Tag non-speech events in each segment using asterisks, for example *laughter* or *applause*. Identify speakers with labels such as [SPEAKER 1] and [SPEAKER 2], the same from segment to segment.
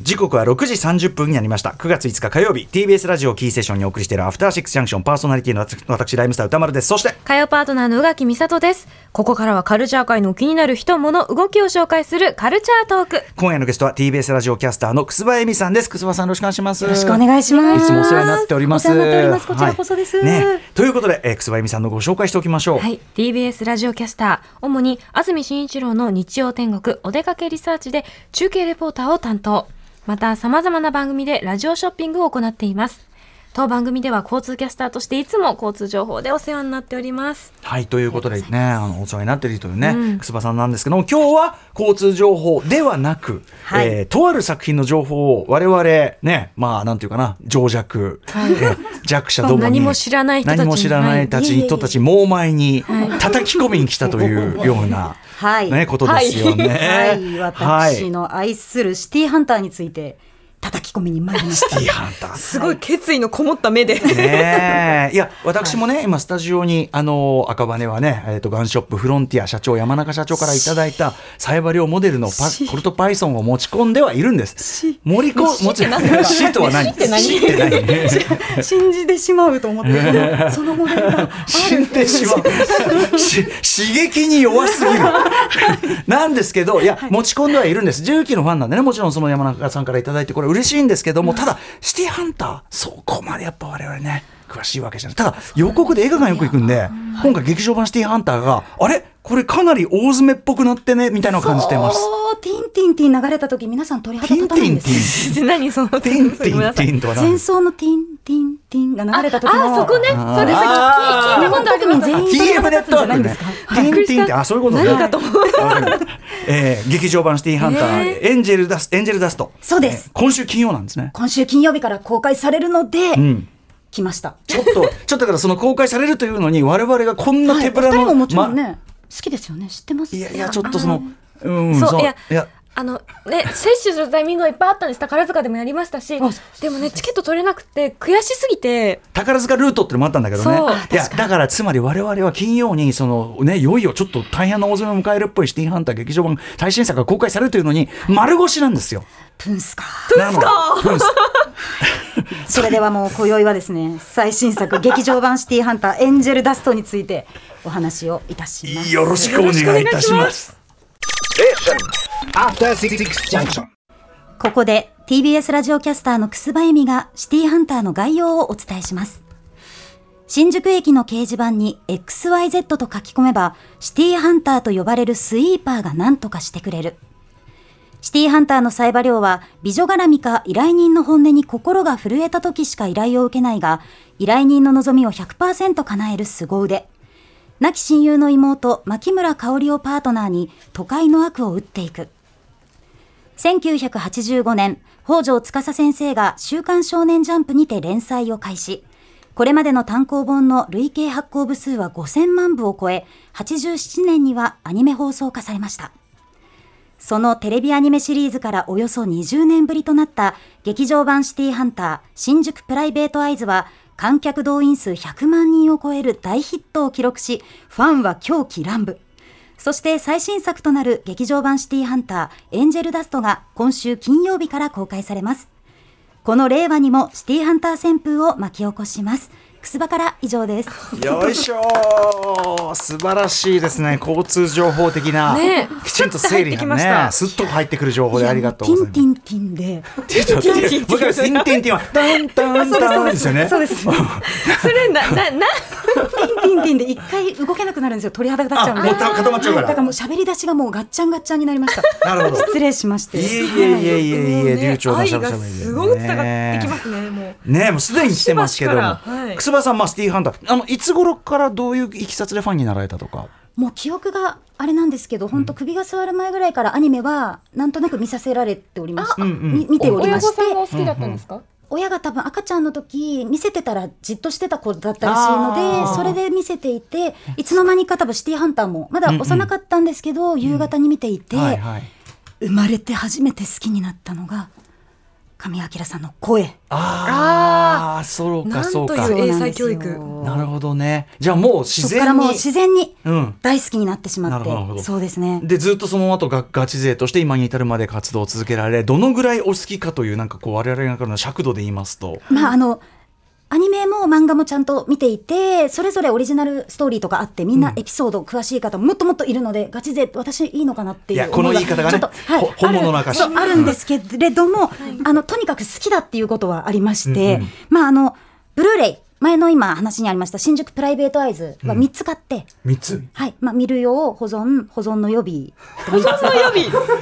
[SPEAKER 1] 時刻は6時30分になりました9月5日火曜日 TBS ラジオキーセッションにお送りしているアフターシックスジャンクションパーソナリティの私ライムスター歌丸ですそして
[SPEAKER 2] 火曜パートナーの宇垣美里です。ここからはカルチャー界の気になる人、物、動きを紹介するカルチャートーク。
[SPEAKER 1] 今夜のゲストは TBS ラジオキャスターの楠葉恵美さんです楠葉さんよろしくお願いしますよ
[SPEAKER 3] ろしくお願いします
[SPEAKER 1] いつもお世話になっております
[SPEAKER 3] お世話になっておりますこちらこそです
[SPEAKER 1] はいね、ということで、えー、楠葉恵美さんのご紹介しておきましょう、
[SPEAKER 2] はい、TBS ラジオキャスター、主に安住紳一郎の日曜天国お出かけリサーチで中継レポーターを担当。また、様々な番組でラジオショッピングを行っています。当番組では交通キャスターとしていつも交通情報でお世話になっており
[SPEAKER 1] *laughs*
[SPEAKER 2] ます。
[SPEAKER 1] はい、ということでね、あのお世話になっているというね、楠葉さんなんですけども、今日は交通情報ではなく、
[SPEAKER 2] はい
[SPEAKER 1] えーとある作品の情報を我々ね、まあなんていうかな、情弱、えー弱者どもに
[SPEAKER 2] 何も知らない人たちに
[SPEAKER 1] 何も知らないたち
[SPEAKER 3] はい
[SPEAKER 1] 人たち猛前に叩き込みに来たというような、
[SPEAKER 3] はい。
[SPEAKER 1] ねことですよね。
[SPEAKER 3] はい。
[SPEAKER 1] はい
[SPEAKER 3] 私の愛するシティハンターについて叩き込みに参りまし
[SPEAKER 1] シ
[SPEAKER 3] た。
[SPEAKER 1] ティハンター。
[SPEAKER 2] すごい決意のこもった目で。 *laughs*
[SPEAKER 1] ねえいや私もね、今スタジオにあの赤羽はね、えー、とガンショップフロンティア社長山中社長からいただいたサイバリオモデルのパコルトパイソンを持ち込んではいるんです。森子持ちシートは何？シーって何？ *laughs*
[SPEAKER 3] 信じてしまうと思って、そのモデルが
[SPEAKER 1] 死んでしまうし刺激に弱すぎる *laughs* なんですけどいや、持ち込んではいるんです重機のファンなんでねもちろんその山中さんから頂いただいてこれ嬉しいんですけども、ただシティハンターそこまでやっぱ我々ね詳しいわけじゃないただ予告で映画館よく行くんで今回劇場版シティハンターがあれこれかなり大詰めっぽくなってねみたいなのを感じてます。
[SPEAKER 3] そうティンティンティン流れた時皆さん鳥肌
[SPEAKER 1] ティンテ
[SPEAKER 3] 立たない
[SPEAKER 1] ィ
[SPEAKER 3] ん
[SPEAKER 1] ン
[SPEAKER 3] で
[SPEAKER 1] ティ
[SPEAKER 3] す。
[SPEAKER 1] ン
[SPEAKER 2] 何その
[SPEAKER 1] ティンティンティンとは何
[SPEAKER 3] 前奏のティンティンティンが流れた時の
[SPEAKER 2] あ、あそこね。それ
[SPEAKER 1] あ
[SPEAKER 2] さ
[SPEAKER 1] ー
[SPEAKER 2] っき聞いたことあります。
[SPEAKER 3] 全員
[SPEAKER 1] TM ネットワークね。ティンティンって、あ、そういうことね。
[SPEAKER 2] 何かと思う
[SPEAKER 1] わかる *laughs* えー劇場版シティハンター、
[SPEAKER 2] ね
[SPEAKER 1] エンジェルダス、エンジェルダスト。
[SPEAKER 3] そうです
[SPEAKER 1] えー今週金曜なんですね。
[SPEAKER 3] 今週金曜日から公開されるので、来ました。
[SPEAKER 1] ちょっと、ちょっとだから、その公開されるというのに、我々がこんな
[SPEAKER 3] はい
[SPEAKER 1] 手
[SPEAKER 3] お
[SPEAKER 1] ぶ
[SPEAKER 3] 二
[SPEAKER 1] らの。
[SPEAKER 3] 人ももちろ
[SPEAKER 1] ま
[SPEAKER 3] んね、好きですよね。知ってます。
[SPEAKER 1] いやいや、ちょっとその、うん、
[SPEAKER 2] そういや
[SPEAKER 1] いや、
[SPEAKER 2] あのね、接種するタイミングがいっぱいあったんです宝塚でもやりましたし
[SPEAKER 3] そうそ
[SPEAKER 2] でもねチケット取れなくて悔しすぎて
[SPEAKER 1] 宝塚ルートってのもあったんだけどね
[SPEAKER 2] そう
[SPEAKER 1] いやだからつまり我々は金曜にそのねいよいよちょっと大変な大詰めを迎えるっぽいシティハンター劇場版最新作が公開されるというのに丸腰なんですよ。
[SPEAKER 3] プンスか。
[SPEAKER 1] なのプンス
[SPEAKER 3] それではもう今宵はですね最新作劇場版シティハンターエンジェルダストについてお話をいたします
[SPEAKER 1] よろしくお願いいたします。
[SPEAKER 4] After Six Junction.
[SPEAKER 3] ここで TBS ラジオキャスターの楠葉恵美がシティハンターの概要をお伝えします新宿駅の掲示板に XYZ と書き込めばシティハンターと呼ばれるスイーパーが何とかしてくれるシティハンターのサイバ量は美女絡みか依頼人の本音に心が震えた時しか依頼を受けないが依頼人の望みを100%叶える凄腕亡き親友の妹牧村香織をパートナーに都会の悪を打っていく1985年、北条司先生が週刊少年ジャンプにて連載を開始。これまでの単行本の累計発行部数は5000万部を超え、87年にはアニメ放送化されました。そのテレビアニメシリーズからおよそ20年ぶりとなった劇場版シティハンター新宿プライベートアイズは観客動員数100万人を超える大ヒットを記録し、ファンは狂喜乱舞。そして最新作となる劇場版シティハンターエンジェルダストが今週金曜日から公開されます。この令和にもシティハンター旋風を巻き起こします。くすばから以上です。
[SPEAKER 1] よいしょー素晴らしいですね交通情報的な、
[SPEAKER 2] ね
[SPEAKER 1] きちんと整理
[SPEAKER 2] ちょっと入ってきまし
[SPEAKER 1] がね
[SPEAKER 2] た
[SPEAKER 1] すっと入ってくる情報でありがとうございます
[SPEAKER 3] ティンティンティンで。
[SPEAKER 1] ちょっと待ってもう一回ティンティンティンはタンタンタンですよね
[SPEAKER 3] そうです。ティン
[SPEAKER 2] それななな
[SPEAKER 3] ティンティンで一回動けなくなるんですよ。鳥肌が立っちゃうん
[SPEAKER 1] あ
[SPEAKER 3] で。
[SPEAKER 1] もう固まっちゃうから
[SPEAKER 3] だからもう喋り出しがもうガッチャンガッチャンになり
[SPEAKER 1] *laughs*
[SPEAKER 3] ました。
[SPEAKER 1] なるほど
[SPEAKER 3] 失礼しまし
[SPEAKER 1] い
[SPEAKER 3] て。
[SPEAKER 1] えいえいえいえいえ流暢なしゃべしゃべりで、ね、
[SPEAKER 2] すごい伝わってきますねもう
[SPEAKER 1] ねもうすでに来てますけども、
[SPEAKER 2] 端からはい
[SPEAKER 1] 楠葉さん、まあ、シティハンターあのいつ頃からどういういきさつでファンになられたとか
[SPEAKER 3] もう記憶があれなんですけど、本当首が座る前ぐらいからアニメはなんとなく見させられておりまして、み見ており
[SPEAKER 2] 親
[SPEAKER 3] ま
[SPEAKER 2] 御
[SPEAKER 3] し
[SPEAKER 2] さ、
[SPEAKER 3] て
[SPEAKER 2] んがお好きだったんですか、
[SPEAKER 3] 親が多分赤ちゃんの時見せてたらじっとしてた子だったらしいの
[SPEAKER 1] あー
[SPEAKER 3] でそれで見せていていつの間にか多分シティハンターもまだ幼かったんですけど、夕方に見ていて、
[SPEAKER 1] はいはい
[SPEAKER 3] 生まれて初めて好きになったのが神明さんの声
[SPEAKER 1] ああそうか
[SPEAKER 2] なん
[SPEAKER 1] そう
[SPEAKER 2] と
[SPEAKER 1] か
[SPEAKER 2] いう英才
[SPEAKER 3] そ
[SPEAKER 2] 教
[SPEAKER 3] うなんです
[SPEAKER 2] 育
[SPEAKER 3] よ。
[SPEAKER 1] なるほどねじゃあもう自
[SPEAKER 3] そこ
[SPEAKER 1] 然
[SPEAKER 3] からもう
[SPEAKER 1] に
[SPEAKER 3] 自然に
[SPEAKER 1] うん
[SPEAKER 3] 大好きになってしまっ
[SPEAKER 1] なるほど
[SPEAKER 3] てそうですね
[SPEAKER 1] でずっとその後がガチ勢として今に至るまで活動を続けられどのぐらいお好きかというなんかこう我々の中の尺度で言いますと
[SPEAKER 3] まああのアニメも漫画もちゃんと見ていてそれぞれオリジナルストーリーとかあってみんなエピソード詳しい方ももっともっといるので、ガチ勢私いいのかなっていう
[SPEAKER 1] いやこの言い方がね
[SPEAKER 3] ちょっとはい
[SPEAKER 1] ほ本物の証
[SPEAKER 3] あるそうあるんですけれども、あのとにかく好きだっていうことはありまして、
[SPEAKER 1] うんうん
[SPEAKER 3] まああのブルーレイ前の今話にありました新宿プライベートアイズは3つ買って、
[SPEAKER 1] 3つ
[SPEAKER 3] はいまあ、見る用保存保存の予備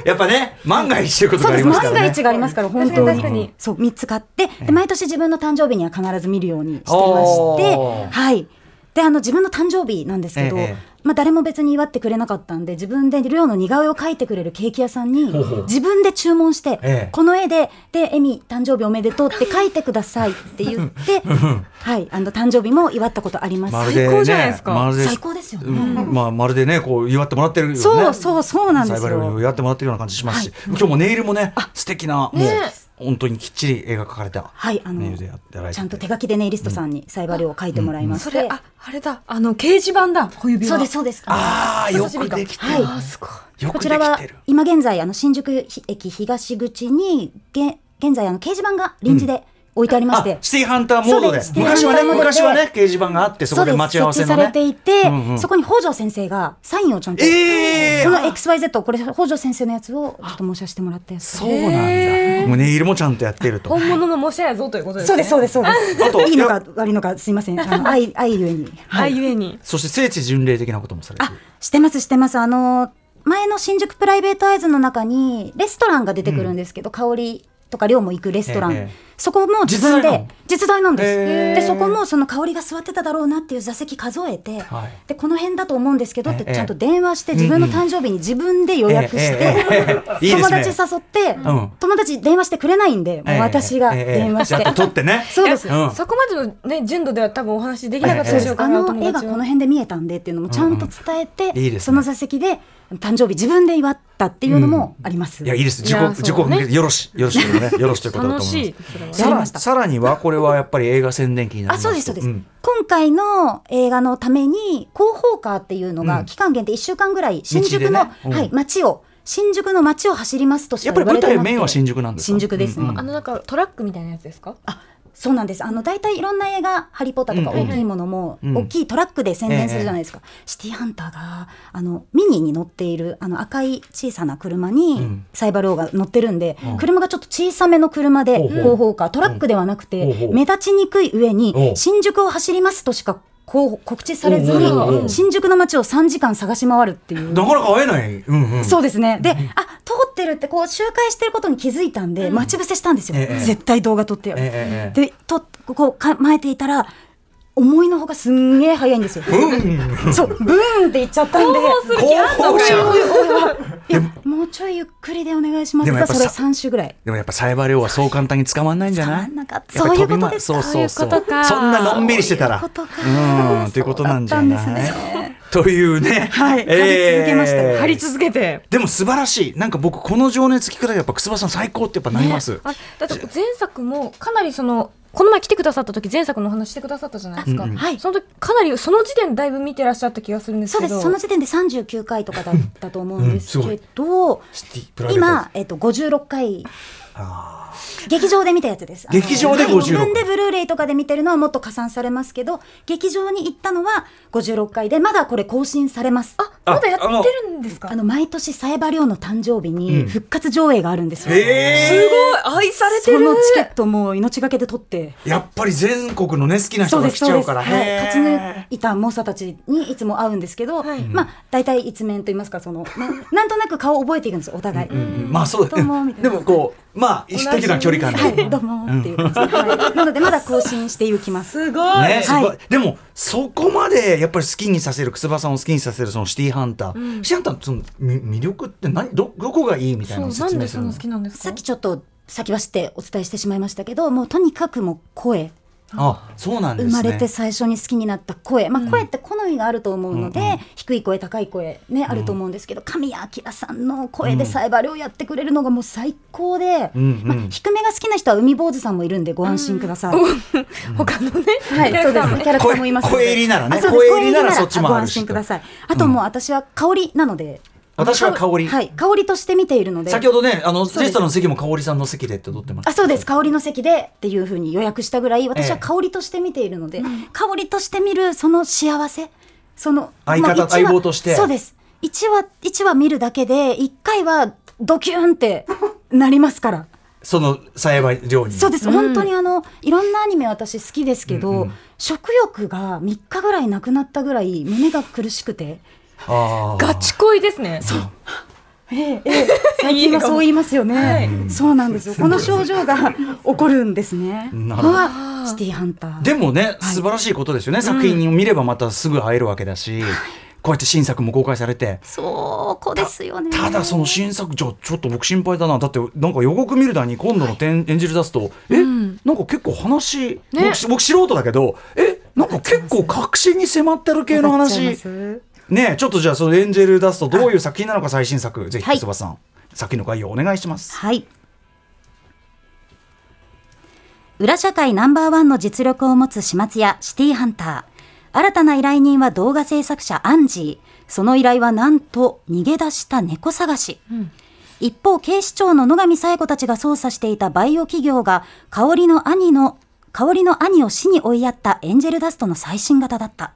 [SPEAKER 1] やっぱね万が一ということ
[SPEAKER 3] そ
[SPEAKER 1] があ
[SPEAKER 3] う
[SPEAKER 1] り
[SPEAKER 3] です
[SPEAKER 1] ますか
[SPEAKER 3] 万が
[SPEAKER 1] らね
[SPEAKER 3] 一がありますから本当
[SPEAKER 2] 確
[SPEAKER 3] に
[SPEAKER 2] かに
[SPEAKER 3] そう3つ買ってで毎年自分の誕生日には必ず見るようにしてま
[SPEAKER 1] おー
[SPEAKER 3] してはいであの自分の誕生日なんですけど、
[SPEAKER 1] ええ
[SPEAKER 3] まあ、誰も別に祝ってくれなかったんで自分で量の似顔絵を描いてくれるケーキ屋さんに
[SPEAKER 1] ほうほう
[SPEAKER 3] 自分で注文して、
[SPEAKER 1] ええ
[SPEAKER 3] この絵で「でエミ誕生日おめでとう」って書いてくださいって言
[SPEAKER 1] *laughs*
[SPEAKER 3] って、はい、あの誕生日も祝ったことあります。
[SPEAKER 1] まるでね
[SPEAKER 2] 最高じゃないですか
[SPEAKER 1] まるで
[SPEAKER 3] 最高ですよね
[SPEAKER 1] うんまあ、まるでねこう祝ってもらってるよね
[SPEAKER 3] そうそうそうなんですよ
[SPEAKER 1] サイバルに祝ってもらってるような感じしますし、今日もネイルもね素敵なもう、
[SPEAKER 2] ね
[SPEAKER 1] 本当にきっちり絵が描かれた、
[SPEAKER 3] はい、あ
[SPEAKER 1] ネイ
[SPEAKER 3] の
[SPEAKER 1] ルでやってられてて
[SPEAKER 3] ちゃんと手書きでネイリストさんにサイバルを書いてもらいまし
[SPEAKER 2] そ
[SPEAKER 3] て、
[SPEAKER 2] れああれだあの掲示板だ小指が
[SPEAKER 3] そうですそうです
[SPEAKER 1] ああよ
[SPEAKER 2] 人差し
[SPEAKER 1] く
[SPEAKER 2] 指が
[SPEAKER 1] できてる、
[SPEAKER 3] はい
[SPEAKER 2] あすごい
[SPEAKER 1] よ
[SPEAKER 3] こ
[SPEAKER 1] く
[SPEAKER 3] ち
[SPEAKER 1] で
[SPEAKER 3] ら
[SPEAKER 1] き
[SPEAKER 3] は
[SPEAKER 1] てる
[SPEAKER 3] 今現在あの新宿駅東口にげ現在あの掲示板が臨時で置いてありま
[SPEAKER 1] あ
[SPEAKER 3] して、
[SPEAKER 1] シティハンターモードで
[SPEAKER 3] そうです
[SPEAKER 1] 昔はね
[SPEAKER 3] シティハンターモードで
[SPEAKER 1] 昔はね掲示板があってそこで
[SPEAKER 3] そう
[SPEAKER 1] 待ち
[SPEAKER 3] です
[SPEAKER 1] 合わせ
[SPEAKER 3] 設
[SPEAKER 1] の
[SPEAKER 3] 置され
[SPEAKER 1] ね
[SPEAKER 3] ていて、
[SPEAKER 1] うんうん
[SPEAKER 3] そこに北条先生がサインをちゃんと、
[SPEAKER 1] ええ
[SPEAKER 3] この XYZ これ北条先生のやつをちょっと申し出してもらって
[SPEAKER 1] そうなんだ、
[SPEAKER 2] へー
[SPEAKER 1] もうネイルもちゃんとやってると
[SPEAKER 2] 本物の模写やぞということです
[SPEAKER 3] そう
[SPEAKER 2] ね
[SPEAKER 3] ですそうですそうです
[SPEAKER 1] あと
[SPEAKER 3] いいのか悪いのかすいません
[SPEAKER 1] *laughs*
[SPEAKER 3] あの愛愛ゆえに、
[SPEAKER 2] あゆえに
[SPEAKER 1] そして聖地巡礼的なこともされてる
[SPEAKER 3] してますしてますあの前の新宿プライベートアイズの中にレストランが出てくるんですけど、香りとか量も行くレストラン、
[SPEAKER 1] ええ
[SPEAKER 3] そこも自分で実在なんで
[SPEAKER 1] へえ
[SPEAKER 3] すでそこもその香りが座ってただろうなっていう座席数えて、
[SPEAKER 1] はい
[SPEAKER 3] でこの辺だと思うんですけどって
[SPEAKER 1] ええ
[SPEAKER 3] ちゃんと電話して自分の誕生日に自分で予約して、
[SPEAKER 1] えええええ
[SPEAKER 3] *laughs*
[SPEAKER 1] えいいで
[SPEAKER 3] 友
[SPEAKER 1] すね
[SPEAKER 3] 達誘って、
[SPEAKER 1] ん
[SPEAKER 3] 友達電話してくれないんでもう私が電話して、
[SPEAKER 1] ええええええちゃんと撮ってね
[SPEAKER 3] *laughs* そうです、
[SPEAKER 1] えうん
[SPEAKER 2] そこまでの、ね、純度では多分お話できなかったでしょうか
[SPEAKER 3] あ
[SPEAKER 2] ら、
[SPEAKER 3] の
[SPEAKER 2] お友
[SPEAKER 3] 絵が
[SPEAKER 2] 達
[SPEAKER 3] こ
[SPEAKER 2] は
[SPEAKER 3] の辺で見えたんでっていうのもちゃんと伝えて、
[SPEAKER 1] うんいいですね
[SPEAKER 3] その座席で誕生日自分で祝ったっていうのもあります。
[SPEAKER 1] いやいいです
[SPEAKER 2] い
[SPEAKER 1] 自
[SPEAKER 2] や
[SPEAKER 1] 己自己
[SPEAKER 2] そうね
[SPEAKER 1] よろしよろしという
[SPEAKER 3] *laughs*
[SPEAKER 1] ねよろしということだと
[SPEAKER 2] 楽
[SPEAKER 1] 思い
[SPEAKER 2] し
[SPEAKER 1] ます
[SPEAKER 2] い
[SPEAKER 1] さ
[SPEAKER 2] それは
[SPEAKER 3] やり
[SPEAKER 1] ら
[SPEAKER 3] ました
[SPEAKER 1] さらにはこれはやっぱり映画宣伝期になり
[SPEAKER 3] あ
[SPEAKER 1] ますと
[SPEAKER 3] そうですそうです、
[SPEAKER 1] ん
[SPEAKER 3] 今回の映画のために広報カーっていうの
[SPEAKER 1] うん
[SPEAKER 3] が期間限定1週間ぐらい新宿
[SPEAKER 1] 道
[SPEAKER 3] の、
[SPEAKER 1] でねうん
[SPEAKER 3] はい、街を新宿の街を走りますとし
[SPEAKER 1] や
[SPEAKER 3] か
[SPEAKER 1] っぱ
[SPEAKER 3] 言
[SPEAKER 1] り
[SPEAKER 3] われ
[SPEAKER 1] 舞
[SPEAKER 3] て
[SPEAKER 1] 台メ
[SPEAKER 3] なくて
[SPEAKER 1] インは新宿なんですか
[SPEAKER 3] 新宿ですね、
[SPEAKER 1] うんうん
[SPEAKER 2] あのなんかトラックみたいなやつですか
[SPEAKER 3] そうなんですあの大体いろんな映画「ハリー・ポッター」とか
[SPEAKER 1] うんう
[SPEAKER 3] 大
[SPEAKER 1] ん
[SPEAKER 3] きいものも、
[SPEAKER 1] うん
[SPEAKER 3] 大きいトラックで宣伝するじゃないですか、シティハンターがあのミニに乗っているあの赤い小さな車
[SPEAKER 1] う
[SPEAKER 3] に
[SPEAKER 1] ん
[SPEAKER 3] サイバルオが乗ってるんで、
[SPEAKER 1] うん
[SPEAKER 3] 車がちょっと小さめの車で
[SPEAKER 1] ほうほう
[SPEAKER 3] 広報カートラックではなくて、
[SPEAKER 1] ほうほう
[SPEAKER 3] 目立ちにくい上
[SPEAKER 1] おう
[SPEAKER 3] に新宿を走りますとしかこう告知されず
[SPEAKER 1] おう
[SPEAKER 3] に
[SPEAKER 1] おうおうおう
[SPEAKER 3] 新宿の街を3時間探し回るっていう。
[SPEAKER 1] なかなか会えないうんうん
[SPEAKER 3] そうですね。で、あ、通ってるってこう周回してることに気づいたんで、待ち伏せしたんですよ。
[SPEAKER 1] ええ
[SPEAKER 3] 絶対動画撮ってやる。
[SPEAKER 1] ええ
[SPEAKER 3] で、と、こう構えていたら、思いのほかすんげえ早いんですよ。そう、ブーンって言っちゃったんで。
[SPEAKER 1] 広報者
[SPEAKER 3] いや、もうちょいゆっくりでお願いしま
[SPEAKER 1] ですもやっぱ
[SPEAKER 3] が、そ
[SPEAKER 1] さ
[SPEAKER 3] れ3週ぐらい。
[SPEAKER 1] でもやっぱサイバー量はそう簡単に捕まんないんじゃない
[SPEAKER 3] 捕まんなかった
[SPEAKER 1] やっぱり飛び
[SPEAKER 3] そういうこ
[SPEAKER 1] ま
[SPEAKER 3] とです
[SPEAKER 1] そうそうそう
[SPEAKER 2] そういうことか
[SPEAKER 1] そんなのんびりしてたら
[SPEAKER 3] そういうことか
[SPEAKER 1] うんということなんじゃ
[SPEAKER 3] そう
[SPEAKER 1] な
[SPEAKER 3] だっ
[SPEAKER 1] い
[SPEAKER 3] たんですね
[SPEAKER 1] というね
[SPEAKER 3] はい張り続けましたよ
[SPEAKER 1] えー
[SPEAKER 2] 貼り続けて
[SPEAKER 1] でも素晴らしいなんか僕この情熱聞くだけやっぱ楠葉さん最高ってやっぱなります、
[SPEAKER 2] あだって前作もかなりそのこの前来てくださった時前作のお話してくださったじゃないですか、
[SPEAKER 1] うんうん
[SPEAKER 3] はい
[SPEAKER 2] その時かなりその時点でだいぶ見てらっしゃった気がするんです
[SPEAKER 3] そう
[SPEAKER 2] け
[SPEAKER 3] で
[SPEAKER 2] ど
[SPEAKER 3] す。その時点で39回とかだったと思うんですけど、
[SPEAKER 1] シティプライベート
[SPEAKER 3] 今、えっと、56回
[SPEAKER 1] あ
[SPEAKER 3] 劇場で見たやつです。あの
[SPEAKER 1] 劇場で
[SPEAKER 3] はい
[SPEAKER 1] 56
[SPEAKER 3] 自分でブルーレイとかで見てるのはもっと加算されますけど、劇場に行ったのは56回で、まだこれ更新されます。あ
[SPEAKER 2] あまだやってるんですか
[SPEAKER 3] あの、毎年、サイバリョウの誕生日
[SPEAKER 1] う
[SPEAKER 3] に
[SPEAKER 1] ん
[SPEAKER 3] 復活上映があるんですよ。
[SPEAKER 1] え
[SPEAKER 2] すごい愛されて
[SPEAKER 3] そ
[SPEAKER 2] る
[SPEAKER 3] のチケットも命がけで取って、
[SPEAKER 1] ー、やっぱり全国のね好きな
[SPEAKER 3] そ
[SPEAKER 1] 人
[SPEAKER 3] う
[SPEAKER 1] が
[SPEAKER 3] で
[SPEAKER 1] 来ち
[SPEAKER 3] す、そう
[SPEAKER 1] ゃ
[SPEAKER 3] で
[SPEAKER 1] う
[SPEAKER 3] す。
[SPEAKER 1] から
[SPEAKER 3] はい、勝ち抜
[SPEAKER 1] へ
[SPEAKER 3] いた猛者たちにいつも会うんですけど、
[SPEAKER 2] はい
[SPEAKER 3] まあ、大体一面と言いますか、その、ななんとなく顔を覚えていくんですよ、お互い。
[SPEAKER 1] ーうんまあそうだ
[SPEAKER 3] どうもみ
[SPEAKER 1] ね
[SPEAKER 3] たい
[SPEAKER 1] で
[SPEAKER 3] な
[SPEAKER 1] もこうまあ一的な距離感で、
[SPEAKER 3] はい、どうもーっていう感じで、はいなので、まだ更新していきます。
[SPEAKER 2] すごい、
[SPEAKER 1] ね、すごい
[SPEAKER 3] はい
[SPEAKER 1] でもそこまでやっぱり好きにさせる楠葉さんを好きにさせるそのシティハンター、シティハンターのそのみ魅力って何どどこがいいみたい
[SPEAKER 2] そ
[SPEAKER 1] な
[SPEAKER 2] う
[SPEAKER 1] のを
[SPEAKER 2] な
[SPEAKER 1] 説
[SPEAKER 2] ん
[SPEAKER 1] 明
[SPEAKER 2] ですそ
[SPEAKER 1] る
[SPEAKER 2] ん
[SPEAKER 1] の
[SPEAKER 2] な好きなんですか
[SPEAKER 3] さっきちょっと先走ってお伝えしてしまいましたけどもうとにかくもう声
[SPEAKER 1] あそうなんです
[SPEAKER 3] 生
[SPEAKER 1] ね
[SPEAKER 3] まれて最初に好きになった声、まあ、声って好みがあると思うので、
[SPEAKER 1] うんうん
[SPEAKER 3] 低い声高い声ね、あると思うんですけど神谷明さんの声でサイバルをやってくれるのがもう最高で、
[SPEAKER 1] うんうん
[SPEAKER 3] まあ、低めが好きな人は海坊主さんもいるんでご安心ください。
[SPEAKER 2] 他のね、
[SPEAKER 3] はい、そうですね。キャラクターもいますの
[SPEAKER 1] 声
[SPEAKER 3] で。
[SPEAKER 1] 声入りならね
[SPEAKER 3] あそうです
[SPEAKER 1] 声入りならそっちもあるし
[SPEAKER 3] ご安心ください。あともう私は香りなので。
[SPEAKER 1] 私は香り
[SPEAKER 3] はい、香りとして見ているので。
[SPEAKER 1] 先ほどねあのレ
[SPEAKER 3] そうです
[SPEAKER 1] ストランの席も香織さんの席でって取ってました
[SPEAKER 3] あそうです香りの席でっていうふうに予約したぐらい私は香りとして見ているので、香りとして見るその幸せその
[SPEAKER 1] 相方
[SPEAKER 3] まあ一話
[SPEAKER 1] 相棒として
[SPEAKER 3] そうです1話一話見るだけで1回はドキュンってなりますから
[SPEAKER 1] その幸い料理に
[SPEAKER 3] そうです、本当にあのいろんなアニメ私好きですけど、
[SPEAKER 1] うんうん
[SPEAKER 3] 食欲が3日ぐらいなくなったぐらい胸が苦しくて、
[SPEAKER 1] あー
[SPEAKER 2] ガチ恋ですね。そう。
[SPEAKER 3] *laughs* 最近はそう言いますよね、そうなんですよこの症状 *laughs* が起こるんですね
[SPEAKER 1] なるほど
[SPEAKER 3] はシティハンター
[SPEAKER 1] でもね素晴らしいことですよね、作品を見ればまたすぐ会えるわけだし、こうやって新作も公開されて
[SPEAKER 3] そうこですよね
[SPEAKER 1] ただその新作じゃあちょっと僕心配だなだってなんか予告見るだに今度の天、演じる出すとえ、
[SPEAKER 2] ん
[SPEAKER 1] なんか結構話、
[SPEAKER 2] ね
[SPEAKER 1] 僕し僕素人だけどえなんか結構確信に迫ってる系の
[SPEAKER 3] なっ
[SPEAKER 1] 話
[SPEAKER 3] ちゃいます
[SPEAKER 1] ねちょっとじゃあそのエンジェルダストどういう作品なのか最新作、ぜひ
[SPEAKER 3] はい
[SPEAKER 1] 磯場さん、作品の概要お願いします。
[SPEAKER 3] はい。裏社会ナンバーワンの実力を持つ始末屋シティハンター。新たな依頼人は動画制作者アンジー。その依頼はなんと逃げ出した猫探し。一方、警視庁の野上紗友子たちが捜査していたバイオ企業が、香りの兄の、香りの兄を死に追いやったエンジェルダストの最新型だった。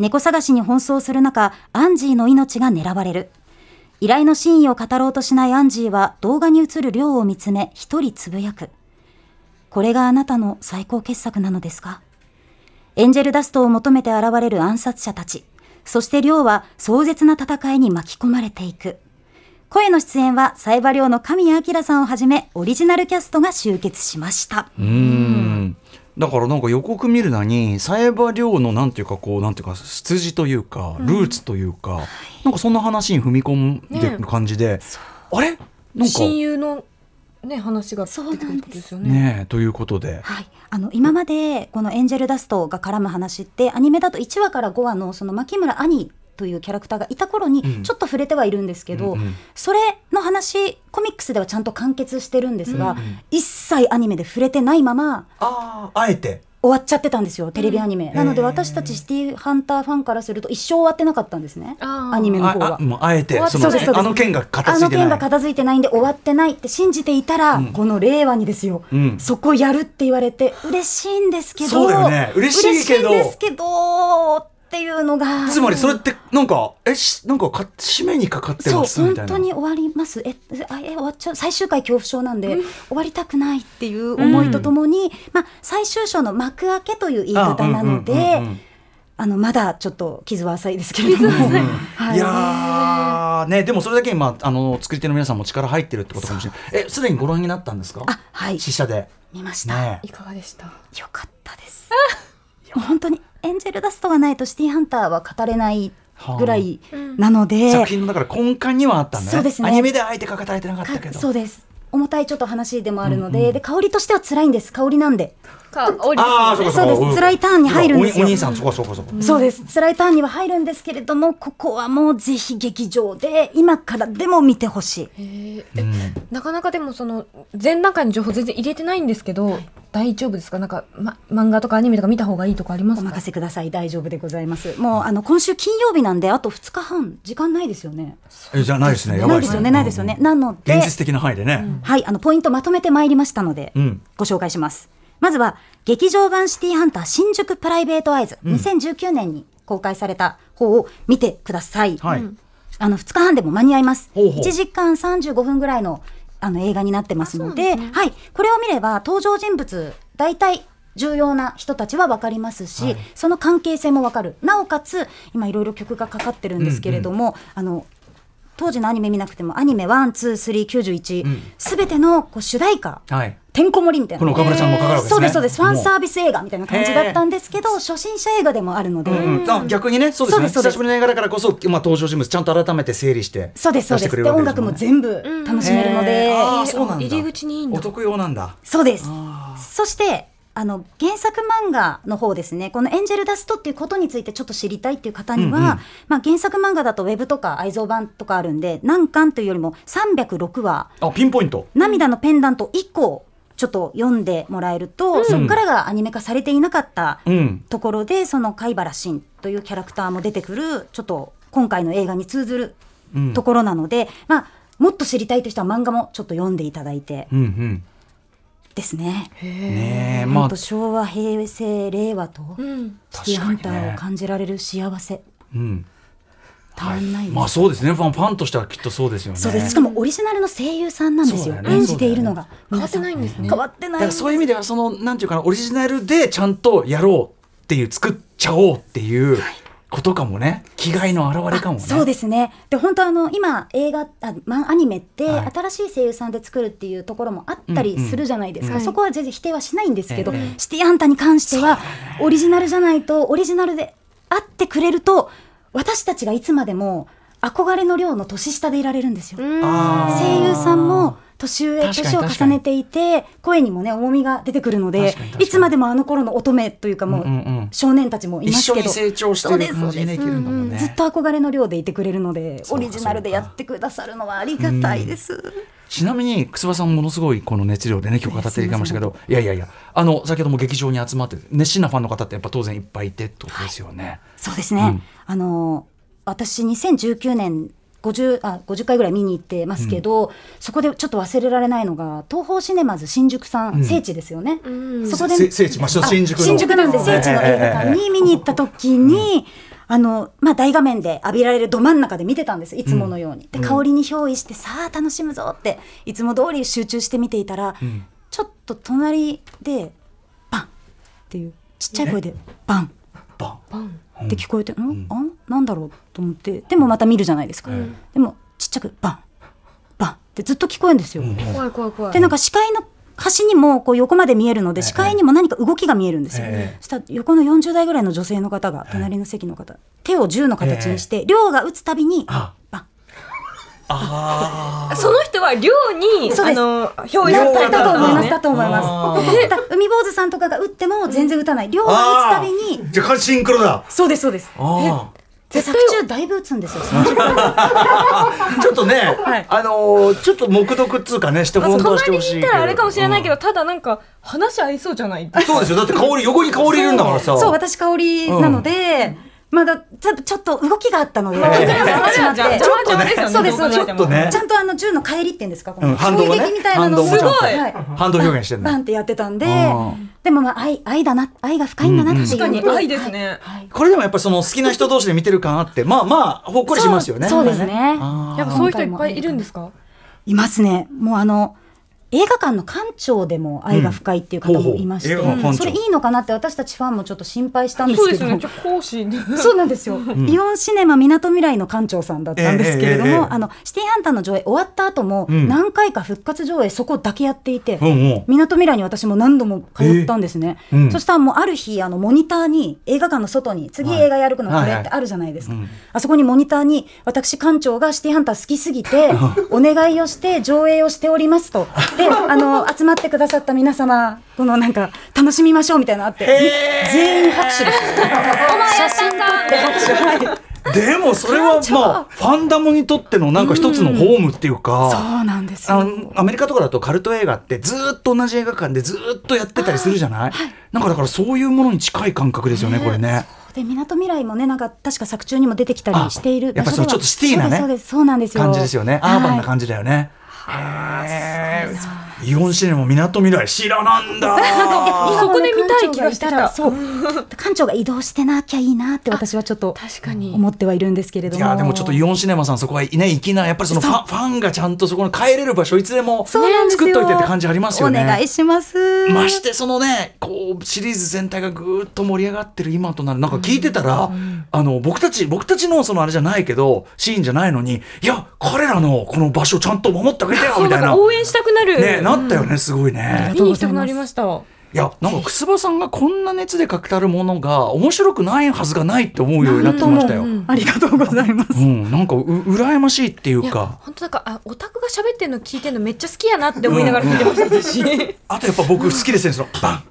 [SPEAKER 3] 猫探しに奔走する中、アンジーの命が狙われる。依頼の真意を語ろうとしないアンジーは動画に映る量を見つめ一人つぶやく。これがあなたの最高傑作なのですかエンジェルダストを求めて現れる暗殺者たち。そして亮は壮絶な戦いに巻き込まれていく。声の出演はサイバリョウの神谷明さんをはじめオリジナルキャストが集結しました。
[SPEAKER 1] うんだからなんか予告見るなに冴羽りょうのなんていうかこうなんていうか羊というかルーツというか、なんかそんな話に踏み込んでる感じで、あれなんか
[SPEAKER 2] 親友のね話が出てくるってことですよね。
[SPEAKER 1] ねえということで、
[SPEAKER 3] はい、あの今までこの「エンジェルダスト」が絡む話ってアニメだと1話から5話のその牧村兄というキャラクターがいた
[SPEAKER 1] う
[SPEAKER 3] 頃
[SPEAKER 1] ん
[SPEAKER 3] にちょっと触れてはいるんですけど、
[SPEAKER 1] うんうん
[SPEAKER 3] それの話コミックスではちゃんと完結してるんですが、一切アニメで触れてないまま
[SPEAKER 1] あああえて
[SPEAKER 3] 終わっちゃってたんですよテレビアニメ、なので私たちシティハンターファンからすると一生終わってなかったんですね
[SPEAKER 2] あー
[SPEAKER 3] アニメの
[SPEAKER 1] あ
[SPEAKER 3] 方は
[SPEAKER 1] あ。もうあえて
[SPEAKER 2] 終わっ
[SPEAKER 1] その
[SPEAKER 3] そうですそうです
[SPEAKER 1] あの件が片
[SPEAKER 3] あ
[SPEAKER 1] 付
[SPEAKER 3] の
[SPEAKER 1] いてない
[SPEAKER 3] 件が片付いてないんで終わってないって信じていたら、この令和にですよ、
[SPEAKER 1] うん
[SPEAKER 3] そこやるって言われて嬉しいんですけど
[SPEAKER 1] そうだよね嬉しいけど
[SPEAKER 3] 嬉しいんですけどっていうのが
[SPEAKER 1] つまりそれってなんかえしなんかか締めにかかって
[SPEAKER 3] そう
[SPEAKER 1] ますみ
[SPEAKER 3] 本
[SPEAKER 1] たいな
[SPEAKER 3] 当に終わりますえあえ終わっちゃう最終回恐怖症なんで、終わりたくないっていう思いとともに、まあ、最終章の幕開けという言い方なので。
[SPEAKER 1] あうんうんうんうん
[SPEAKER 3] あのまだちょっと傷は浅いですけれども、はい
[SPEAKER 1] やーねでもそれだけ今あの作り手の皆さんも力入ってるってことかもしれないえすでにご覧になったんですか
[SPEAKER 3] あはい
[SPEAKER 1] 試写で
[SPEAKER 3] 見ました、
[SPEAKER 1] ねえ
[SPEAKER 2] いかがでした。
[SPEAKER 3] よかったです。もう *laughs* 本当にエンジェルダストがないとシティハンターは語れないぐらいなので、
[SPEAKER 1] 作品のだから根幹にはあったんだね
[SPEAKER 3] そうですね
[SPEAKER 1] アニメではあえて書かれてなかったけ
[SPEAKER 3] か
[SPEAKER 1] ど
[SPEAKER 3] そうです重たいちょっと話でもあるので、で香りとしては辛いんです香りなんで、
[SPEAKER 2] か、おり
[SPEAKER 1] ああ
[SPEAKER 2] です
[SPEAKER 1] そう
[SPEAKER 2] ね
[SPEAKER 1] かそうか
[SPEAKER 3] そうです辛いターンに入るんですよ
[SPEAKER 1] おお兄さんそこそこそこ
[SPEAKER 3] そうです辛いターンには入るんですけれどもここはもうぜひ劇場で今からでも見てほしい
[SPEAKER 2] へーえなかなかでもその前段階の情報全然入れてないんですけど、大丈夫ですかなんか、ま、漫画とかアニメとか見た方がいいとかありま
[SPEAKER 3] お
[SPEAKER 2] すか
[SPEAKER 3] 任せください大丈夫でございますもうあの今週金曜日なんであと2日半時間ないですよね
[SPEAKER 1] えじゃあないですねや
[SPEAKER 3] な
[SPEAKER 1] ばい
[SPEAKER 3] いですよねないですよね、なので
[SPEAKER 1] 現実的な範囲でね
[SPEAKER 3] はい、あのポイントまとめてまいりましたので、
[SPEAKER 1] うん
[SPEAKER 3] ご紹介します。まずは、劇場版シティハンター新宿プライベートアイズ、2019年に公開された方を見てください。
[SPEAKER 1] はい
[SPEAKER 3] あの2日半でも間に合います。
[SPEAKER 1] ほうほう
[SPEAKER 3] 1時間35分ぐらいのあの映画になってますので、はい、これを見れば登場人物大体重要な人たちは分かりますし、
[SPEAKER 1] はい
[SPEAKER 3] その関係性も分かる。なおかつ今いろいろ曲がかかってるんですけれども、あの当時のアニメ見なくてもアニメ1、2、3、91すべ、てのこう主題歌
[SPEAKER 1] はい
[SPEAKER 3] てんこ盛りみたいな
[SPEAKER 1] この岡村ちゃんもかかるわけですね
[SPEAKER 3] そうですそうですファンサ
[SPEAKER 1] も
[SPEAKER 3] ービス映画みたいな感じだったんですけど初心者映画でもあるので、
[SPEAKER 1] ううんあ逆にねそうですね
[SPEAKER 3] そうですそうで
[SPEAKER 1] 久
[SPEAKER 3] す
[SPEAKER 1] しぶりの映画だからこそまあ登場人物ちゃんと改めて整理して
[SPEAKER 3] そうですそう
[SPEAKER 1] 出してく
[SPEAKER 3] です
[SPEAKER 1] れ
[SPEAKER 3] で
[SPEAKER 1] るわけ
[SPEAKER 3] 音
[SPEAKER 1] ですもん
[SPEAKER 3] 楽も
[SPEAKER 1] ね
[SPEAKER 3] 全部楽しめるので、
[SPEAKER 1] へーあーそうなんだ
[SPEAKER 2] 入り口にいいんだ
[SPEAKER 1] お得用なんだ
[SPEAKER 3] そうです
[SPEAKER 1] あ
[SPEAKER 3] そしてあの原作漫画の方ですねこの「エンジェルダスト」っていうことについてちょっと知りたいっていう方には、
[SPEAKER 1] うんうん
[SPEAKER 3] まあ、原作漫画だとウェブとか愛蔵版とかあるんで何巻というよりも306話
[SPEAKER 1] あピンポイント
[SPEAKER 3] 「涙のペンダント」以降ちょっと読んでもらえると、そこからがアニメ化されていなかった
[SPEAKER 1] うん
[SPEAKER 3] ところで、その貝原真というキャラクターも出てくるちょっと今回の映画に通ずる
[SPEAKER 1] うん
[SPEAKER 3] ところなので、まあ、もっと知りたいという人は漫画もちょっと読んでいただいて
[SPEAKER 1] うんうん
[SPEAKER 3] ですね。
[SPEAKER 1] ねえま
[SPEAKER 3] 本
[SPEAKER 1] あ
[SPEAKER 3] 当昭和平成令和と
[SPEAKER 2] うん。
[SPEAKER 3] シティハンターを感じられる幸せ、
[SPEAKER 1] うん
[SPEAKER 3] たまんないです、
[SPEAKER 1] まあそうですねファンファンとしてはきっとそうですよね
[SPEAKER 3] そうですしかもオリジナルの声優さんなんですよ
[SPEAKER 1] そうだよね
[SPEAKER 3] 演じているのが
[SPEAKER 2] 変わっ
[SPEAKER 3] 皆
[SPEAKER 2] て
[SPEAKER 3] さん
[SPEAKER 2] ないんですね。
[SPEAKER 3] 変わって
[SPEAKER 1] だ
[SPEAKER 3] な
[SPEAKER 1] か
[SPEAKER 3] い
[SPEAKER 1] らそういう意味ではそのなんていうかなオリジナルでちゃんとやろうっていう作っちゃおうっていうことかもね気概の表れかもね
[SPEAKER 3] そうですねで本当あの今映画あ、ま、アニメって
[SPEAKER 1] はい
[SPEAKER 3] 新しい声優さんで作るっていうところもあったりするじゃないですか、
[SPEAKER 2] うんうん
[SPEAKER 3] そこは全然否定はしないんですけど、
[SPEAKER 1] ええ
[SPEAKER 3] シティハンターに関してはオリジナルじゃないとオリジナルであってくれると私たちがいつまでも憧れの量の年下でいられるんですよ。
[SPEAKER 2] うん。
[SPEAKER 1] あー
[SPEAKER 3] 声優さんも年上
[SPEAKER 1] 確かに
[SPEAKER 3] 年を重ねていて声にもね重みが出てくるの
[SPEAKER 1] 確
[SPEAKER 3] で
[SPEAKER 1] かに確かに
[SPEAKER 3] いつまでもあの頃の乙女というかもう
[SPEAKER 1] うんうんうん
[SPEAKER 3] 少年たちもい
[SPEAKER 1] 一
[SPEAKER 3] ます
[SPEAKER 1] 緒
[SPEAKER 3] け
[SPEAKER 1] に
[SPEAKER 3] ど、
[SPEAKER 1] 成長してる感じにねいけるんだもんね
[SPEAKER 3] ずっと憧れの量でいてくれるので
[SPEAKER 1] そ
[SPEAKER 3] オ
[SPEAKER 1] うか
[SPEAKER 3] リジナルでやってくださるのはありがたいです。
[SPEAKER 1] ちなみに楠葉さんものすごいこの熱量でね今日語っていただきましたけどいやいやいやあの先ほども劇場に集まって熱心なファンの方ってやっぱ当然いっぱいいてってことですよね。
[SPEAKER 3] そうですね、
[SPEAKER 1] うん
[SPEAKER 3] あの私2019年 50, あ50回ぐらい見に行ってますけど、そこでちょっと忘れられないのが東宝シネマズ新宿さん、
[SPEAKER 1] うん
[SPEAKER 3] 聖地ですよね、
[SPEAKER 2] ん
[SPEAKER 3] そこで
[SPEAKER 1] せ聖地まあ
[SPEAKER 3] あ
[SPEAKER 1] 新宿の
[SPEAKER 3] なんで聖地の映画館に見に行った時に、あのまあ、大画面で浴びられるど真ん中で見てたんですいつものように、で香りに憑依してさあ楽しむぞっていつも通り集中して見ていたら、
[SPEAKER 1] ん
[SPEAKER 3] ちょっと隣でバンっていうちっちゃい声でバン
[SPEAKER 1] バン
[SPEAKER 2] パン。
[SPEAKER 3] って聞こえて、ん、あんなんだろうと思ってでもまた見るじゃないですか、
[SPEAKER 1] ん
[SPEAKER 3] でもちっちゃくバンバンってずっと聞こえるんですよ、
[SPEAKER 2] 怖い怖い怖い。
[SPEAKER 3] でなんか視界の端にもこう横まで見えるので
[SPEAKER 1] ええ
[SPEAKER 3] 視界にも何か動きが見えるんですよ、
[SPEAKER 1] ええ
[SPEAKER 3] そしたら横の40代ぐらいの女性の方が隣の席の方、手を銃の形にして量が打つたびに
[SPEAKER 1] あ
[SPEAKER 3] バン
[SPEAKER 1] あ
[SPEAKER 2] その人は寮に
[SPEAKER 3] そうです
[SPEAKER 2] の表
[SPEAKER 1] 量
[SPEAKER 3] だ
[SPEAKER 1] が
[SPEAKER 3] だと思い
[SPEAKER 1] 量
[SPEAKER 3] ます
[SPEAKER 1] が
[SPEAKER 3] だと思いますだから海坊主さんとかが打っても全然打たない量が打つたびに
[SPEAKER 1] じゃあシンクロだ
[SPEAKER 3] そうですそうです
[SPEAKER 1] あ
[SPEAKER 3] で
[SPEAKER 2] 絶
[SPEAKER 3] 作
[SPEAKER 2] 対
[SPEAKER 3] 中だいぶ打つんですよ30
[SPEAKER 1] *laughs*
[SPEAKER 3] 回
[SPEAKER 1] あちょっとね、
[SPEAKER 3] い
[SPEAKER 1] あのーちょっと黙読っつうかねして
[SPEAKER 2] あそ
[SPEAKER 1] 本
[SPEAKER 2] う
[SPEAKER 1] 当はして
[SPEAKER 2] 隣
[SPEAKER 1] ほしいけ
[SPEAKER 2] にい
[SPEAKER 1] ど
[SPEAKER 2] たらあれかもしれないけ
[SPEAKER 1] ど、
[SPEAKER 2] ど、ただなんか話合いそうじゃない。
[SPEAKER 1] うんそうですよだって香り横に香りいるんだからさ
[SPEAKER 3] そう、私香りなので、まだちょちょっと動きがあったので、
[SPEAKER 1] ええ
[SPEAKER 3] 邪魔になってしまって
[SPEAKER 2] 邪魔邪魔邪魔ですよね
[SPEAKER 3] そうです、そうです。
[SPEAKER 2] どう考えてもちょっと
[SPEAKER 1] ね
[SPEAKER 3] ちゃんとあの銃の帰りっていうんですか、こ
[SPEAKER 1] うん
[SPEAKER 3] の
[SPEAKER 1] 反動がね
[SPEAKER 3] 衝撃みたいなのを
[SPEAKER 1] 反動
[SPEAKER 2] もちゃんと
[SPEAKER 3] はい
[SPEAKER 1] 反動表現してんだ
[SPEAKER 3] バンってやってたんで
[SPEAKER 1] うん、
[SPEAKER 3] でもまあ愛愛だな、愛が深いんだなっていう。
[SPEAKER 2] 確かに愛ですね。
[SPEAKER 1] これでもやっぱりその好きな人同士で見てる感あってまあまあほっこりしますよね
[SPEAKER 3] そうそうですね
[SPEAKER 1] あー
[SPEAKER 2] やっぱそういう人いっぱいいるんですか。
[SPEAKER 3] いますね。もうあの映画館の館長でも愛が深いっていう方もいまして、
[SPEAKER 1] うんほうほう映画館
[SPEAKER 3] それいいのかなって私たちファンもちょっと心配したんで
[SPEAKER 2] そうで
[SPEAKER 3] すけ
[SPEAKER 2] す
[SPEAKER 3] ど、
[SPEAKER 2] ね。ちょ講師に。
[SPEAKER 1] *laughs*
[SPEAKER 3] そうなんですよ、イオンシネマみなとみらいの館長さんだったんですけれども、
[SPEAKER 1] ええええええ
[SPEAKER 3] あのシティハンターの上映終わった後も、
[SPEAKER 1] うん
[SPEAKER 3] 何回か復活上映そこだけやっていて
[SPEAKER 1] うんうん
[SPEAKER 3] みなとみらいに私も何度も通ったんですね、
[SPEAKER 1] えうん
[SPEAKER 3] そしたらもうある日あのモニターに映画館の外に次
[SPEAKER 1] はい
[SPEAKER 3] 映画やるのこれ
[SPEAKER 1] はい
[SPEAKER 3] っ
[SPEAKER 1] は
[SPEAKER 3] て
[SPEAKER 1] い
[SPEAKER 3] あるじゃないですか、
[SPEAKER 1] うん
[SPEAKER 3] あそこにモニターに私館長がシティハンター好きす
[SPEAKER 1] *laughs*
[SPEAKER 3] ぎてお願いをして上映をしておりますとであの集まってくださった皆様このなんか楽しみましょうみたいなのあって全員拍手です写真撮って拍手はい
[SPEAKER 1] でもそれはまあファンダムにとってのなんか一つのホームっていうか、
[SPEAKER 3] そうなんです
[SPEAKER 1] あ
[SPEAKER 3] よ
[SPEAKER 1] のアメリカとかだとカルト映画ってずーっと同じ映画館でずーっとやってたりするじゃない、なんかだからそういうものに近い感覚ですよね、これね。
[SPEAKER 3] で港未来もねなんか確か作中にも出てきたりしている
[SPEAKER 1] あやっぱりそう
[SPEAKER 3] 場所では
[SPEAKER 1] ちょっとシティなね
[SPEAKER 3] そうですそうですそうなんですよ
[SPEAKER 1] 感じですよね。アーバンな感じだよね。へーイオンシネマみなとみらい知らなん
[SPEAKER 3] *laughs*
[SPEAKER 1] だ
[SPEAKER 2] そこで見たい気がしてきた
[SPEAKER 3] そう
[SPEAKER 2] *laughs*
[SPEAKER 3] 館長が移動してなきゃいいなって私はちょっと
[SPEAKER 2] 確かに。
[SPEAKER 3] 思ってはいるんですけれど
[SPEAKER 1] い
[SPEAKER 3] も
[SPEAKER 1] やでもちょっとイオンシネマさんそこはいね粋なやっぱりそのファンファンがちゃんとそこに帰れる場所いつでも
[SPEAKER 3] そうなんですよ
[SPEAKER 1] 作っといてって感じありますよね
[SPEAKER 3] お願いします
[SPEAKER 1] ましてそのねこうシリーズ全体がぐーっと盛り上がってる今となるなんか聞いてたら、あの僕たち僕たちのそのあれじゃないけどシーンじゃないのにいや彼らのこの場所ちゃんと守ってあげてよ
[SPEAKER 2] そう
[SPEAKER 1] み
[SPEAKER 3] *laughs*
[SPEAKER 1] た
[SPEAKER 2] ないん
[SPEAKER 1] な
[SPEAKER 2] か応援したくなる。
[SPEAKER 1] ねなったよねすごいね。
[SPEAKER 2] 見に行きたくなりました。
[SPEAKER 1] いやなんか楠場さんがこんな熱で語るものが面白くないはずがないって思うようになってきましたよ。
[SPEAKER 2] う
[SPEAKER 1] うん
[SPEAKER 2] うんん
[SPEAKER 3] ありがとうございます。
[SPEAKER 1] なんかう羨ましいっていうか。
[SPEAKER 2] 本当なんかあオタクが喋ってるの聞いてるのめっちゃ好きやなって思いながら聞いてました *laughs* 私、
[SPEAKER 1] あとやっぱ僕好きですねそのバン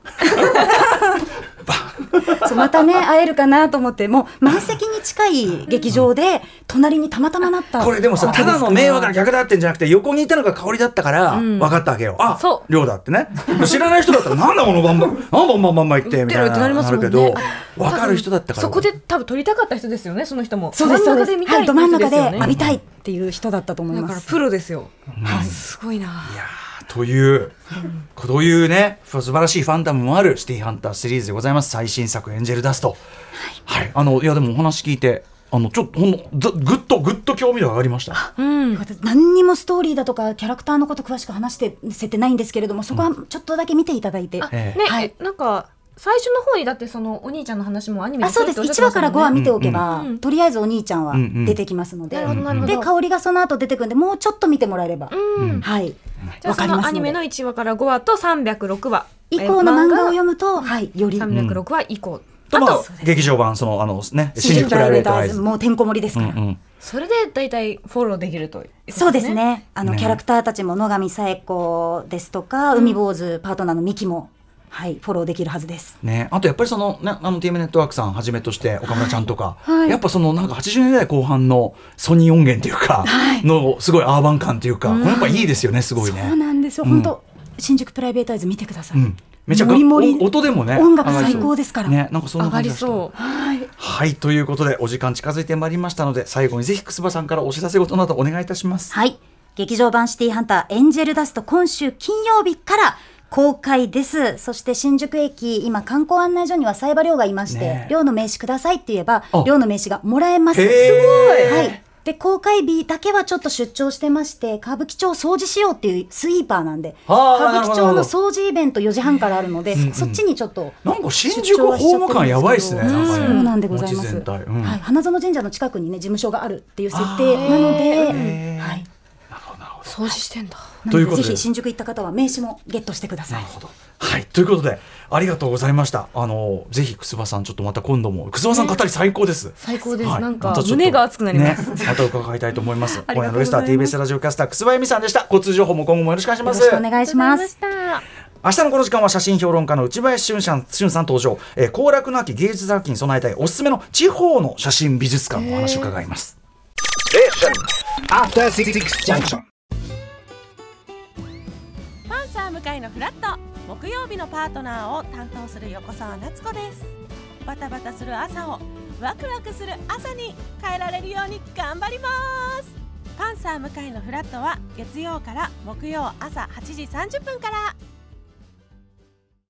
[SPEAKER 3] そうまたね会えるかなと思ってもう満席に近い劇場で隣にたまたまなった
[SPEAKER 1] これでもさただの迷惑な客だってんじゃなくて横にいたのが香りだったから分かったわけよ、あ
[SPEAKER 2] そ
[SPEAKER 1] 量だってね知らない人だったらなんだこのバンバンなんだバンバンバンバン言ってみたい
[SPEAKER 2] ってな
[SPEAKER 1] な
[SPEAKER 2] ります
[SPEAKER 1] な
[SPEAKER 2] も
[SPEAKER 1] る
[SPEAKER 2] んね
[SPEAKER 1] けど
[SPEAKER 2] あ
[SPEAKER 1] 分かる人だったから
[SPEAKER 2] そこで多分撮りたかった人ですよねその人も
[SPEAKER 3] そうですそ
[SPEAKER 2] 真
[SPEAKER 3] う
[SPEAKER 2] 中
[SPEAKER 3] んです
[SPEAKER 2] で見たい
[SPEAKER 3] はい、
[SPEAKER 2] 人
[SPEAKER 3] ど真ん中
[SPEAKER 2] すよ
[SPEAKER 3] で
[SPEAKER 2] ね
[SPEAKER 3] あ見たいっていう人だったと思い
[SPEAKER 2] だ
[SPEAKER 3] ま
[SPEAKER 2] から
[SPEAKER 3] す
[SPEAKER 2] プロですよ、すごいない
[SPEAKER 1] やーという、こういうね、素晴らしいファンタムもあるシティーハンターシリーズでございます。最新作、エンジェルダスト。はい、あの、いや、でも、お話聞いて、あの、ちょっと、ほんの、ずぐっと、ぐっと興味度上がりました。
[SPEAKER 2] うん
[SPEAKER 3] 私何にもストーリーだとかキャラクターのこと詳しく話してせてないんですけれどもそこはちょっとだけ見ていただいて、
[SPEAKER 2] あ
[SPEAKER 1] え
[SPEAKER 2] ね、
[SPEAKER 1] え
[SPEAKER 3] はい
[SPEAKER 2] なんか最初の方にだってそのお兄ちゃんの話もアニメ
[SPEAKER 3] あそうです1話から5話
[SPEAKER 2] 話
[SPEAKER 3] 見ておけば、
[SPEAKER 2] うんうん
[SPEAKER 3] とりあえずお兄ちゃんは
[SPEAKER 1] うんうん
[SPEAKER 3] 出てきますので、
[SPEAKER 2] なるほどなるほど
[SPEAKER 3] で香りがその後出てくるんでもうちょっと見てもらえれば、
[SPEAKER 2] うん
[SPEAKER 3] はい
[SPEAKER 2] じゃ
[SPEAKER 3] わ
[SPEAKER 2] あ
[SPEAKER 3] か
[SPEAKER 2] そ
[SPEAKER 3] りま
[SPEAKER 2] の
[SPEAKER 3] す
[SPEAKER 2] アニ
[SPEAKER 3] の
[SPEAKER 2] メ
[SPEAKER 3] で
[SPEAKER 2] の1話から5話と306話
[SPEAKER 3] 以降の漫画を読
[SPEAKER 2] む
[SPEAKER 3] むと、はい、より
[SPEAKER 2] 306話以降、
[SPEAKER 1] と、
[SPEAKER 2] あ
[SPEAKER 1] まあ
[SPEAKER 2] と、
[SPEAKER 1] 劇場版、その、あの、ね、
[SPEAKER 3] 新
[SPEAKER 1] 新
[SPEAKER 3] 宿
[SPEAKER 1] プ
[SPEAKER 3] プラ
[SPEAKER 1] ライ
[SPEAKER 3] イ
[SPEAKER 1] ベー
[SPEAKER 3] ベート
[SPEAKER 1] トア
[SPEAKER 3] ア
[SPEAKER 1] イ
[SPEAKER 3] イ
[SPEAKER 1] ズ。
[SPEAKER 3] ズ
[SPEAKER 1] うん
[SPEAKER 3] もうてんこ盛りですから、
[SPEAKER 1] うん。
[SPEAKER 2] それで大体フォローできるということ
[SPEAKER 3] そうですね。あの、
[SPEAKER 1] ね
[SPEAKER 3] キャラクターたちも野上紗恵子ですとか、海坊主パートナーのミキも、はい、フォローできるはずです。
[SPEAKER 1] ね、あとやっぱりその、ね、あの TM ネットワークさんはじめとして岡村ちゃんとか、
[SPEAKER 3] はいはい
[SPEAKER 1] やっぱそのなんか80年代後半のソニー音源というか、のすごいアーバン感というか、これやっぱいいですよねすごいね。
[SPEAKER 3] そうなんですよ。
[SPEAKER 1] うん
[SPEAKER 3] 本当、新宿プライベートアイズ見てください。
[SPEAKER 1] うん、めちゃく
[SPEAKER 3] モ
[SPEAKER 1] ち
[SPEAKER 3] リ
[SPEAKER 1] ゃ
[SPEAKER 3] モリ
[SPEAKER 1] 音でもね
[SPEAKER 3] 音楽
[SPEAKER 1] 上がりそう
[SPEAKER 3] 最高ですから
[SPEAKER 1] ねなんかそんな
[SPEAKER 2] 上が
[SPEAKER 1] 感じ
[SPEAKER 2] り
[SPEAKER 1] がした
[SPEAKER 2] そう
[SPEAKER 3] はい。
[SPEAKER 1] はいということでお時間近づいてまいりましたので最後にぜひ楠葉さんからお知らせ事などお願いいたします
[SPEAKER 3] はい。劇場版シティハンターエンジェルダスト今週金曜日から公開です。そして新宿駅、今観光案内所にはサイバ寮がいまして、
[SPEAKER 1] ねえ
[SPEAKER 3] 寮の名刺くださいって言えば
[SPEAKER 1] あ、
[SPEAKER 3] 寮の名刺がもらえます。
[SPEAKER 1] へえすごい
[SPEAKER 3] はい。で、公開日だけはちょっと出張してまして、歌舞伎町掃除しようっていうスイーパーなんで、
[SPEAKER 1] あー
[SPEAKER 3] 歌舞伎町
[SPEAKER 1] な
[SPEAKER 3] の
[SPEAKER 1] るほ
[SPEAKER 3] 掃除イベント4時半からあるので、
[SPEAKER 1] うんうん
[SPEAKER 3] そっちにちょっと。
[SPEAKER 1] なんか新宿法務官やばいですね
[SPEAKER 3] 出張はしちゃったんですけど
[SPEAKER 1] うん
[SPEAKER 3] そうなんでございま
[SPEAKER 1] 街
[SPEAKER 3] す。
[SPEAKER 1] 全体うん
[SPEAKER 3] はい、花園神社の近くにね事務所があるっていう設定なの
[SPEAKER 1] あーへ
[SPEAKER 3] で、
[SPEAKER 1] ー
[SPEAKER 3] はい、
[SPEAKER 2] 掃除してんだ
[SPEAKER 3] な
[SPEAKER 1] という
[SPEAKER 3] の
[SPEAKER 1] こと
[SPEAKER 3] で
[SPEAKER 1] で
[SPEAKER 3] ぜひ新宿行った方は名刺もゲットしてくださ
[SPEAKER 1] ないる。ほどはいということでありがとうございましたあのぜひ楠葉さんちょっとまた今度も楠葉さん語り最高です、
[SPEAKER 2] 最高です、
[SPEAKER 1] はい
[SPEAKER 2] なん
[SPEAKER 1] ま
[SPEAKER 2] か
[SPEAKER 1] たちょっと
[SPEAKER 2] 胸が熱くなります、
[SPEAKER 1] ね、また伺いたいと思います
[SPEAKER 2] *laughs* あり
[SPEAKER 1] 今
[SPEAKER 2] が
[SPEAKER 1] 夜
[SPEAKER 2] とう
[SPEAKER 1] の
[SPEAKER 2] ご
[SPEAKER 1] ゲ
[SPEAKER 2] ざいま
[SPEAKER 1] ス
[SPEAKER 2] す
[SPEAKER 1] トは TBS ラジオキャスター楠葉由美さんでした交通情報も今後もよろしくお願いし
[SPEAKER 3] よ
[SPEAKER 1] ま
[SPEAKER 3] ろ
[SPEAKER 1] す
[SPEAKER 3] しくお願いします。
[SPEAKER 2] ありがとうございました
[SPEAKER 1] 明日のこの時間は写真評論家の内林俊さん俊さん登場後、えー行楽なき芸術作品に備えたいおすすめの地方の写真美術館のお話を伺います。
[SPEAKER 4] After Six Junction.
[SPEAKER 5] パンサー向かいのフラット木曜日のパートナーを担当する横澤夏子ですバタバタする朝をワクワクする朝に変えられるように頑張りますパンサー向かいのフラットは月曜から木曜朝8時30分から